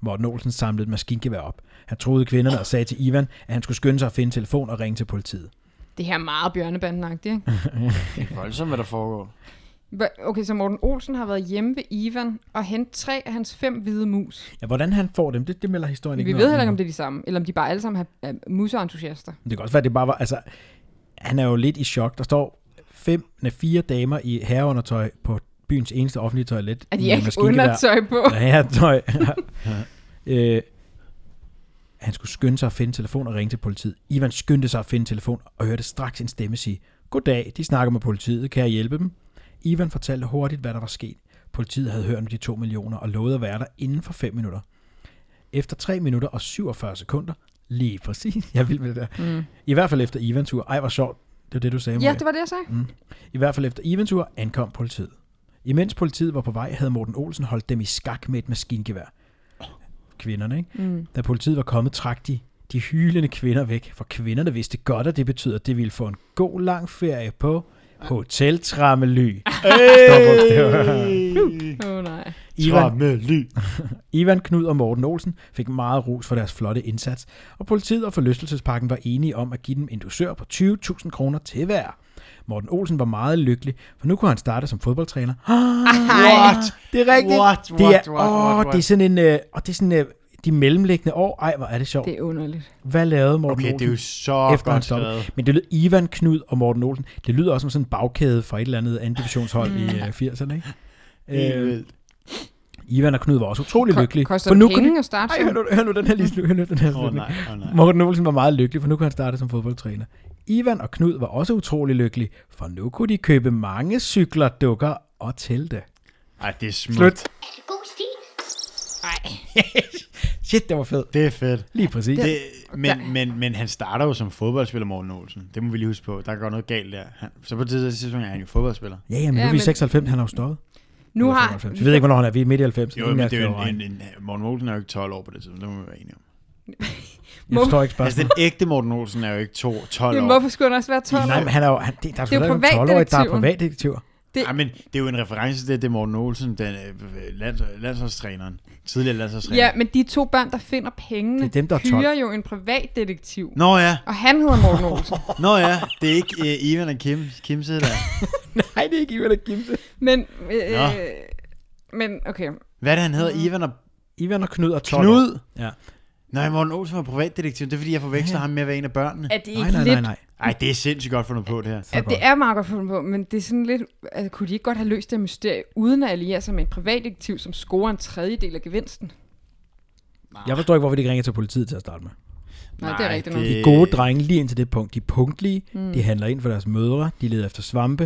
Speaker 2: Morten Olsen samlede et maskingevær op. Han troede kvinderne og sagde til Ivan, at han skulle skynde sig at finde telefon og ringe til politiet.
Speaker 3: Det her er meget bjørnebandenagtigt, ikke?
Speaker 4: Det er voldsomt, hvad der foregår.
Speaker 3: Hva- Okay, så Morten Olsen har været hjemme ved Ivan og hentet tre af hans fem hvide mus.
Speaker 2: Ja, hvordan han får dem, det, det melder historien
Speaker 3: Vi
Speaker 2: ikke
Speaker 3: ved heller ikke, om det er de samme, eller om de bare alle sammen har- er museentusiaster.
Speaker 2: Det kan også være, at det bare var... Altså, han er jo lidt i chok. Der står fem, nej, fire damer i herreundertøj på byens eneste offentlige toilet.
Speaker 3: At de
Speaker 2: med
Speaker 3: har ikke
Speaker 2: maskingevær.
Speaker 3: undertøj på.
Speaker 2: [LAUGHS] Ja, herretøj. øh, han skulle skynde sig at finde telefon og ringe til politiet. Ivan skyndte sig at finde telefon og hørte straks en stemme sige, Goddag, de snakker med politiet, kan jeg hjælpe dem? Ivan fortalte hurtigt, hvad der var sket. Politiet havde hørt om de to millioner og lovede at være der inden for 5 minutter. Efter 3 minutter og 47 sekunder Lige præcis. [LAUGHS] Jeg vil med det der.
Speaker 3: Mm.
Speaker 2: I hvert fald efter Ivantur. Ej, hvor sjovt. Det var det, du sagde,
Speaker 3: Ja,
Speaker 2: Maria.
Speaker 3: det var det, jeg sagde.
Speaker 2: I hvert fald efter Iventur ankom politiet. Imens politiet var på vej, havde Morten Olsen holdt dem i skak med et maskingevær. Kvinderne, ikke?
Speaker 3: Mm.
Speaker 2: Da politiet var kommet, trak de de hylende kvinder væk, for kvinderne vidste godt, at det betyder, at det ville få en god lang ferie på Hotel Trammely.
Speaker 3: Åh oh, nej.
Speaker 2: Ivan,
Speaker 4: Trammely.
Speaker 2: Ivan, Knud og Morten Olsen fik meget ros for deres flotte indsats, og politiet og forlystelsesparken var enige om at give dem en dusør på 20.000 kroner til hver. Morten Olsen var meget lykkelig, for nu kunne han starte som fodboldtræner.
Speaker 4: What?
Speaker 2: Det er rigtigt.
Speaker 4: What,
Speaker 2: det er,
Speaker 4: what, what,
Speaker 2: åh,
Speaker 4: what,
Speaker 2: det er
Speaker 4: what?
Speaker 2: sådan en, øh, og det er sådan øh, de mellemliggende år. Ej, hvor er det sjovt.
Speaker 3: Det er underligt.
Speaker 2: Hvad lavede Morten
Speaker 4: Okay,
Speaker 2: Olsen?
Speaker 4: det er jo så
Speaker 2: efter han
Speaker 4: godt
Speaker 2: stoppede.
Speaker 4: skrevet.
Speaker 2: Men det lød Ivan, Knud og Morten Olsen. Det lyder også som sådan en bagkæde fra et eller andet anden divisionshold i øh, 80'erne, ikke?
Speaker 4: Helt
Speaker 2: Øh,
Speaker 4: vildt.
Speaker 2: Ivan og Knud var også utrolig
Speaker 3: Ko-
Speaker 2: lykkelige.
Speaker 3: Koster det
Speaker 2: kunne
Speaker 3: penge
Speaker 2: de...
Speaker 3: at starte
Speaker 2: Ej,
Speaker 3: sådan?
Speaker 2: hør nu, hør nu den her lige slu- hør nu den her
Speaker 4: Åh
Speaker 2: slutning.
Speaker 4: nej, åh nej.
Speaker 2: Morten Olsen var meget lykkelig, for nu kunne han starte som fodboldtræner. Ivan og Knud var også utrolig lykkelige, for nu kunne de købe mange cykler, dukker og telte.
Speaker 4: Ej, det er smukt.
Speaker 2: Slut.
Speaker 1: Ghosty.
Speaker 3: Nej.
Speaker 2: Shit, det var fedt.
Speaker 4: Det er fedt.
Speaker 2: Lige præcis.
Speaker 4: Det, men, men, men han starter jo som fodboldspiller, Morten Olsen. Det må vi lige huske på. Der går noget galt der. Han, så på det tidspunkt er han jo fodboldspiller.
Speaker 2: Ja, jamen, nu
Speaker 3: Ja,
Speaker 2: er vi
Speaker 3: men-
Speaker 2: 96, han har jo stoppet.
Speaker 3: Nu
Speaker 2: Eller
Speaker 3: har...
Speaker 2: 95. Vi ved ikke, hvornår han er. Vi er midt i 90.
Speaker 4: Jo, men det er jo en, en, en, altså, Morten Olsen er jo ikke 12 år på det tidspunkt. Det må vi være enige om.
Speaker 2: Jeg forstår ikke
Speaker 4: Altså,
Speaker 2: spørgsmålet.
Speaker 4: den ægte Morten Olsen er jo ikke to, 12
Speaker 3: Jamen,
Speaker 4: år.
Speaker 3: hvorfor skulle han også være 12
Speaker 2: Nej,
Speaker 3: år?
Speaker 2: men han er jo, han, det, der er,
Speaker 3: Det er jo
Speaker 2: jo der er
Speaker 3: privatdetektiven.
Speaker 2: privatdetektiver.
Speaker 4: Ja, men det er jo en reference til det, er Morten Olsen, den øh, lands, landsholdstræneren. Tidligere landsholdstræner.
Speaker 3: Ja, men de to børn, der finder pengene,
Speaker 2: Det er dem, der er 12.
Speaker 3: hyrer jo en privatdetektiv.
Speaker 4: Nå ja,
Speaker 3: Og han hedder Morten
Speaker 2: [LAUGHS]
Speaker 3: Olsen.
Speaker 4: nå ja. Det er ikke øh, Ivan og Kim, Kim sidder der.
Speaker 2: Nej, det er ikke Ivan og Kimse.
Speaker 3: Men, øh,
Speaker 4: Nå.
Speaker 3: men okay.
Speaker 4: Hvad er det, han hedder? Ivan og
Speaker 2: Ivan og Knud og 12 år.
Speaker 4: Knud?
Speaker 2: Ja.
Speaker 4: Nej, Morten Olsen var privatdetektiv. Det er, fordi jeg forveksler ham med at være en af børnene.
Speaker 3: Er det
Speaker 2: Nej,
Speaker 3: ikke
Speaker 2: nej, nej,
Speaker 3: lidt...
Speaker 2: nej.
Speaker 4: Ej, det er sindssygt godt fundet på, det her.
Speaker 3: At det er meget godt fundet på, men det er sådan lidt... Altså, kunne de ikke godt have løst det mysterie, uden at alliere sig med en privatdetektiv, som scorer en tredjedel af gevinsten?
Speaker 2: Jeg forstår ikke, hvorfor de ikke ringer til politiet til at starte med.
Speaker 3: Nej, det er rigtigt nok.
Speaker 2: De
Speaker 4: Øh.
Speaker 2: er gode drenge lige indtil det punkt. De er punktlige, mm. de handler ind for deres mødre, de leder efter svampe.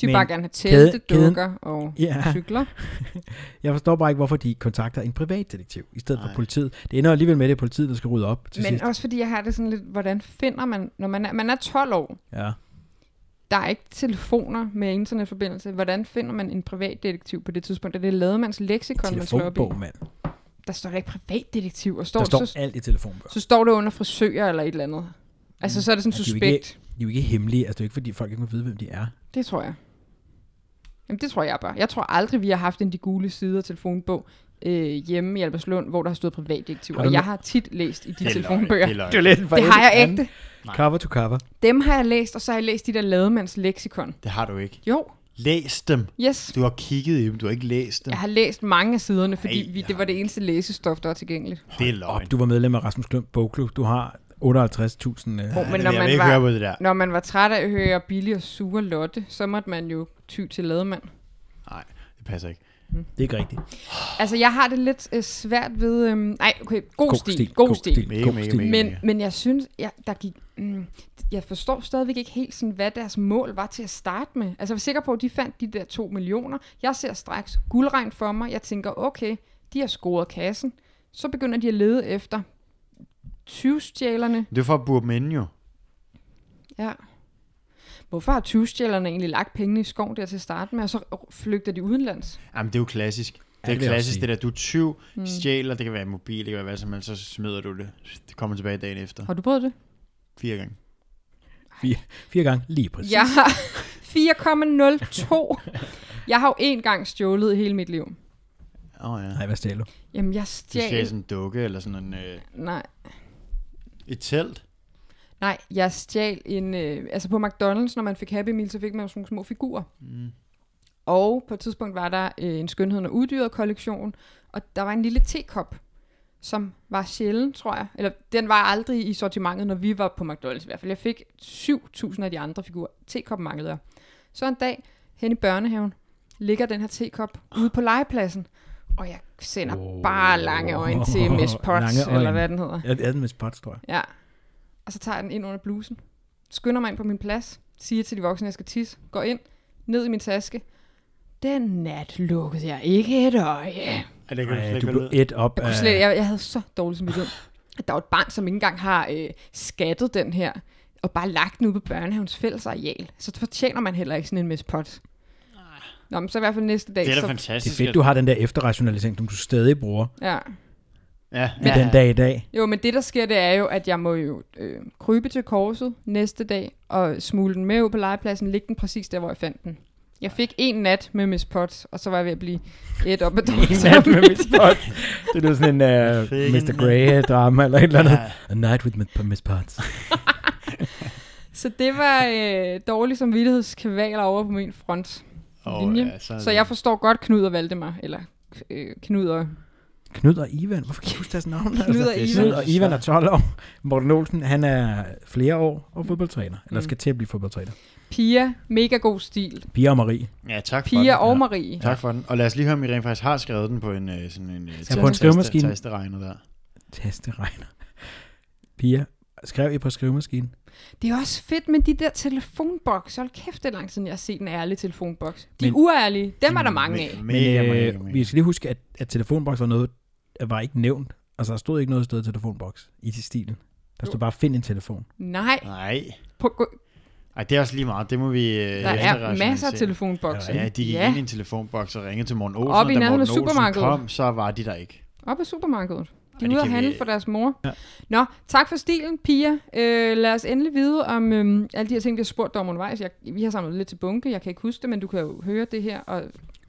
Speaker 3: De vil
Speaker 2: Men
Speaker 3: bare gerne have
Speaker 2: kæde-
Speaker 3: telte,
Speaker 2: kæden-
Speaker 3: dukker og
Speaker 2: Ja.
Speaker 3: cykler.
Speaker 2: Jeg forstår bare ikke, hvorfor de kontakter en privatdetektiv i stedet Nej. for
Speaker 4: Nej. politiet.
Speaker 2: politiet. Det ender alligevel med, at det er politiet, der skal rydde op til
Speaker 3: Men
Speaker 2: sidst.
Speaker 3: også fordi jeg har det sådan lidt, hvordan finder man, når man er, man er 12 år,
Speaker 2: Ja.
Speaker 3: der er ikke telefoner med internetforbindelse. Hvordan finder man en privatdetektiv på det tidspunkt? Er det lademands leksikon, man slår op i?
Speaker 2: Telefonbog, mand.
Speaker 3: Der står der ikke privatdetektiv, og står,
Speaker 2: Der står
Speaker 3: så,
Speaker 2: alt i telefonbøger.
Speaker 3: så står det under frisører eller et eller andet. Altså, så er det sådan
Speaker 2: Ja, de Mm. er jo
Speaker 3: suspekt.
Speaker 2: ikke- De er jo ikke hemmelige. Altså, det er jo ikke, fordi folk ikke må vide, hvem de er.
Speaker 3: Det tror jeg. Jamen, det tror jeg bare. Jeg tror aldrig, vi har haft en De Gule Sider telefonbog øh, hjemme i Alberslund, hvor der har stået privatdetektiv.
Speaker 2: Har du
Speaker 3: Og jeg
Speaker 2: nu-
Speaker 3: har tit læst i de
Speaker 4: Det er løgn,
Speaker 3: telefonbøger.
Speaker 4: Det
Speaker 3: Det,
Speaker 4: er løgn.
Speaker 2: lidt for
Speaker 3: har jeg ægte.
Speaker 2: Cover to cover.
Speaker 3: Dem har jeg læst, og så har jeg læst de der lademands leksikon.
Speaker 4: Det har du ikke.
Speaker 3: Jo,
Speaker 4: Læs dem.
Speaker 3: yes.
Speaker 4: Du har kigget i dem, du har ikke læst dem.
Speaker 3: Jeg har læst mange af siderne, fordi
Speaker 4: Ej,
Speaker 3: vi,
Speaker 4: jeg
Speaker 3: det var det eneste læsestof, der var tilgængeligt.
Speaker 4: Det er
Speaker 2: Op,
Speaker 4: løgn.
Speaker 2: du var medlem af Rasmus Klump Bogklub. Du har 58.000... Øh,
Speaker 3: Hvor, men
Speaker 4: det
Speaker 3: når
Speaker 4: vil jeg
Speaker 3: man,
Speaker 4: ikke høre på
Speaker 3: var,
Speaker 4: det der.
Speaker 3: når man var træt af at høre Billy og Sure Lotte, så måtte man jo ty til lademand.
Speaker 4: Nej, det passer ikke.
Speaker 2: det er ikke rigtigt.
Speaker 3: Altså, jeg har det lidt øh, svært ved... Øh, nej, okay, god, god stil, stil, god stil.
Speaker 4: Mega,
Speaker 2: god
Speaker 4: mega,
Speaker 2: stil.
Speaker 4: mega.
Speaker 3: Men, men jeg synes, jeg, der gik, mm, jeg forstår stadigvæk ikke helt, sådan, hvad deres mål var til at starte med. Altså, jeg var sikker på, at de fandt de der to millioner. Jeg ser straks guldregn for mig. Jeg tænker, okay, de har scoret kassen. Så begynder de at lede efter tyvstjælerne.
Speaker 4: Det er for at burde dem inde jo.
Speaker 3: Ja. Hvorfor har tyvstjælerne egentlig lagt pengene i skov der til at starte med, og så flygter de udenlands?
Speaker 4: Jamen, det er jo klassisk. Det
Speaker 2: det
Speaker 4: er
Speaker 2: vil jeg også
Speaker 4: klassisk,
Speaker 2: sige.
Speaker 4: det der, du er tyv,
Speaker 3: Mm.
Speaker 4: stjæler, det kan være en mobil, det kan være hvad som helst, så smider du det. Det kommer tilbage dagen efter.
Speaker 3: Har du prøvet det?
Speaker 4: Fire gange.
Speaker 2: Fire, fire gange lige præcis.
Speaker 3: Jeg har [LAUGHS] 4,02. Jeg har jo én gang stjålet i hele mit liv.
Speaker 4: Åh oh, ja.
Speaker 2: Nej, hvad stjæler du?
Speaker 3: Jamen, jeg
Speaker 4: Du stjæler
Speaker 3: stjal...
Speaker 4: sådan en dukke, eller sådan en, øh,
Speaker 3: Nej,
Speaker 4: et telt.
Speaker 3: Nej, jeg stjal en... Øh, altså på McDonald's, når man fik Happy Meal, så fik man jo sådan nogle små figurer. Mm. Og på et tidspunkt var der øh, en skønheden og uddyret kollektion, og der var en lille tekop, som var sjælden, tror jeg. Eller den var aldrig i sortimentet, når vi var på McDonald's i hvert fald. Jeg fik 7.000 af de andre figurer. Tekoppen manglede jeg. Så en dag, hen i børnehaven, ligger den her tekop ude på legepladsen. Og jeg sender oh, bare lange øjne til Miss Potts,
Speaker 2: Lange
Speaker 3: eller
Speaker 2: øjne.
Speaker 3: hvad den hedder.
Speaker 2: Jeg er den med spots, tror jeg.
Speaker 3: Ja. Og så tager jeg den ind under blusen. Skynder mig ind på min plads. Siger til de voksne, at jeg skal tisse. Går ind. Ned i min taske. Den nat lukkede jeg ikke et øje.
Speaker 4: Ja, det kan du
Speaker 2: Ej,
Speaker 4: slet
Speaker 2: du
Speaker 4: ikke
Speaker 2: blev
Speaker 4: holde ud.
Speaker 2: et op
Speaker 3: Jeg,
Speaker 2: af...
Speaker 4: Øh.
Speaker 3: kunne slet, jeg, jeg havde så dårlig samvittighed. at der er jo et barn, som ikke engang har øh, skattet den her, og bare lagt den ude på børnehavens fællesareal. Så fortjener man heller ikke sådan en mispot. Nå, men så i hvert fald næste dag.
Speaker 4: Det er da
Speaker 3: så,
Speaker 2: Det er
Speaker 4: fantastisk.
Speaker 2: fedt, du har den der efterrationalisering, som du stadig bruger
Speaker 3: ja.
Speaker 4: Ja,
Speaker 2: i
Speaker 4: ja.
Speaker 2: den dag i
Speaker 4: [LAUGHS]
Speaker 2: dag.
Speaker 3: Jo, men det der sker, det er jo, at jeg må jo øh, krybe til korset næste dag, og smule den med ud på legepladsen, lægge den præcis der, hvor jeg fandt den. Jeg fik en nat med Miss Potts, og så var jeg ved at blive
Speaker 2: [LAUGHS]
Speaker 3: et op af dårlig
Speaker 2: med
Speaker 3: samvittighed.
Speaker 2: Miss Potts. Det lyder sådan en uh,
Speaker 4: Fik
Speaker 2: Mr.
Speaker 4: en-
Speaker 2: Grey-drama eller et eller andet.
Speaker 4: Ja.
Speaker 2: A night with Miss- Miss Potts.
Speaker 3: Så det var øh, dårlig samvittighedskvaler over på min front.
Speaker 4: Og,
Speaker 3: linje.
Speaker 4: ja, så, er
Speaker 3: Så
Speaker 4: det-
Speaker 3: jeg forstår godt Knud og Valdemar, eller øh, Knud og...
Speaker 2: Knud og Ivan. Hvorfor kan jeg huske deres navn?
Speaker 3: Knud og
Speaker 4: det er
Speaker 3: Ivan.
Speaker 2: Knud og Ivan er 12 år. Morten Olsen, han er flere år og fodboldtræner. Eller
Speaker 3: Mm.
Speaker 2: skal til at blive fodboldtræner.
Speaker 3: Pia, mega god stil.
Speaker 2: Pia og Marie.
Speaker 4: Ja, tak for
Speaker 3: Pia
Speaker 4: den.
Speaker 3: og Marie.
Speaker 4: Tak for den. Og lad os lige høre, om I rent faktisk har skrevet den på en øh, sådan en, øh,
Speaker 2: Ja, på en
Speaker 4: taste-
Speaker 2: skrivemaskine.
Speaker 4: tasteregner der.
Speaker 2: Tasteregner. Pia, skrev I på skrivemaskinen?
Speaker 3: Det er også fedt med de der telefonboks. Hold kæft, det er lang tid, jeg har set en ærlig telefonboks. De
Speaker 2: Men-
Speaker 3: uærlige, dem er der mange
Speaker 4: Me-
Speaker 3: af.
Speaker 4: Mega, mega,
Speaker 2: øh,
Speaker 4: mega.
Speaker 2: vi skal lige huske, at, at telefonboks var noget, der var ikke nævnt. Altså, der stod ikke noget sted telefonboks i til stilen. Der stod bare, find en telefon.
Speaker 3: Nej,
Speaker 4: Nej.
Speaker 3: på, gå-
Speaker 4: Ej, det er også lige meget. Det må vi øh,
Speaker 3: der er masser af telefonbokse.
Speaker 4: Ja, de gik
Speaker 3: ja,
Speaker 4: ind i en telefonboks og ringede til Morten Olsen,
Speaker 3: Op
Speaker 4: Op
Speaker 3: i
Speaker 4: og da
Speaker 3: nærheden af
Speaker 4: Morten Olsen
Speaker 3: supermarkedet.
Speaker 4: kom, så var de der ikke.
Speaker 3: op i supermarkedet. De
Speaker 4: Ja,
Speaker 3: er
Speaker 4: det
Speaker 3: ude at
Speaker 4: kan vi-
Speaker 3: handle for deres mor. Ja. Nå, tak for stilen, Pia. Øh, lad os endelig vide om øhm, alle de her ting, vi har spurgt dig om undervejs. Jeg, vi har samlet lidt til bunke. Jeg kan ikke huske det, men du kan jo høre det her og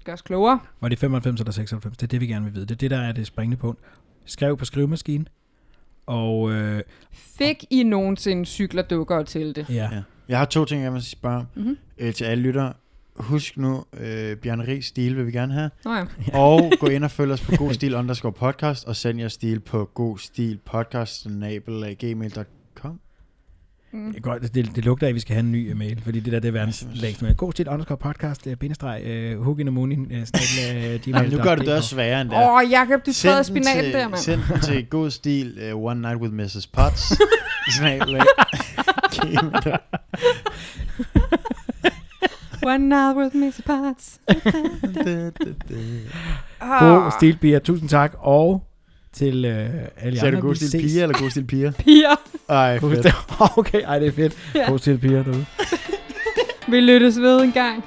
Speaker 3: gøre os klogere.
Speaker 2: Var det 95 eller 96? Det er det, vi gerne vil vide. Det er det, der er det springende punkt. Skrev på skrivemaskinen. Og øh,
Speaker 3: Fik I nogensinde cykler, dukker og telte?
Speaker 2: ja,
Speaker 4: Ja. Jeg har to ting, jeg vil spørge
Speaker 3: Mhm.
Speaker 4: mm-hmm. øh, til alle lyttere. Husk nu, øh, Bjørn Ries stil vil vi gerne have.
Speaker 3: Nå ja.
Speaker 4: Og gå ind og følg os på
Speaker 2: [LAUGHS]
Speaker 4: god stil underscore podcast, og send jer stil på god stil podcast gmail.com.
Speaker 2: Det, er godt, det, det lugter af, at vi skal have en ny øh, mail, fordi det der, det er verdens længste mail. God til underscore podcast, øh, bindestreg, øh, hugin og munin, øh,
Speaker 4: [LAUGHS]
Speaker 2: snabel, øh, gmail.
Speaker 4: Nu gør du det også sværere end det.
Speaker 3: Åh, oh, Jacob, du træder
Speaker 4: den
Speaker 3: spinat
Speaker 4: til,
Speaker 3: der, mand.
Speaker 4: Send den til god stil uh, One Night with Mrs.
Speaker 3: [LAUGHS]
Speaker 4: Potts. Snabel-a. Gmail.
Speaker 3: One night with Mr. Potts.
Speaker 4: Da, da, da.
Speaker 3: Ah,
Speaker 2: God stil, Pia. Tusind tak. Og til øh, alle
Speaker 4: Sagde
Speaker 2: andre,
Speaker 4: du god
Speaker 2: vi
Speaker 4: stil
Speaker 2: ses.
Speaker 4: piger eller god stil piger?
Speaker 3: Pia,
Speaker 4: Ej,
Speaker 2: God
Speaker 4: fedt.
Speaker 2: stil- [LAUGHS] Okay, ej, det er fedt.
Speaker 3: Ja.
Speaker 2: God stil, Pia, derude.
Speaker 3: vi lyttes ved en gang.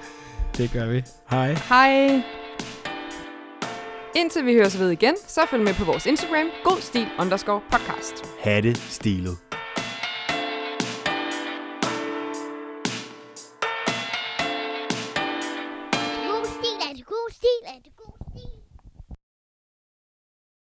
Speaker 2: Det gør vi. Hej.
Speaker 3: Hej. Indtil vi høres ved igen, så følg med på vores Instagram, godstil underscore podcast.
Speaker 4: Hatte stilet.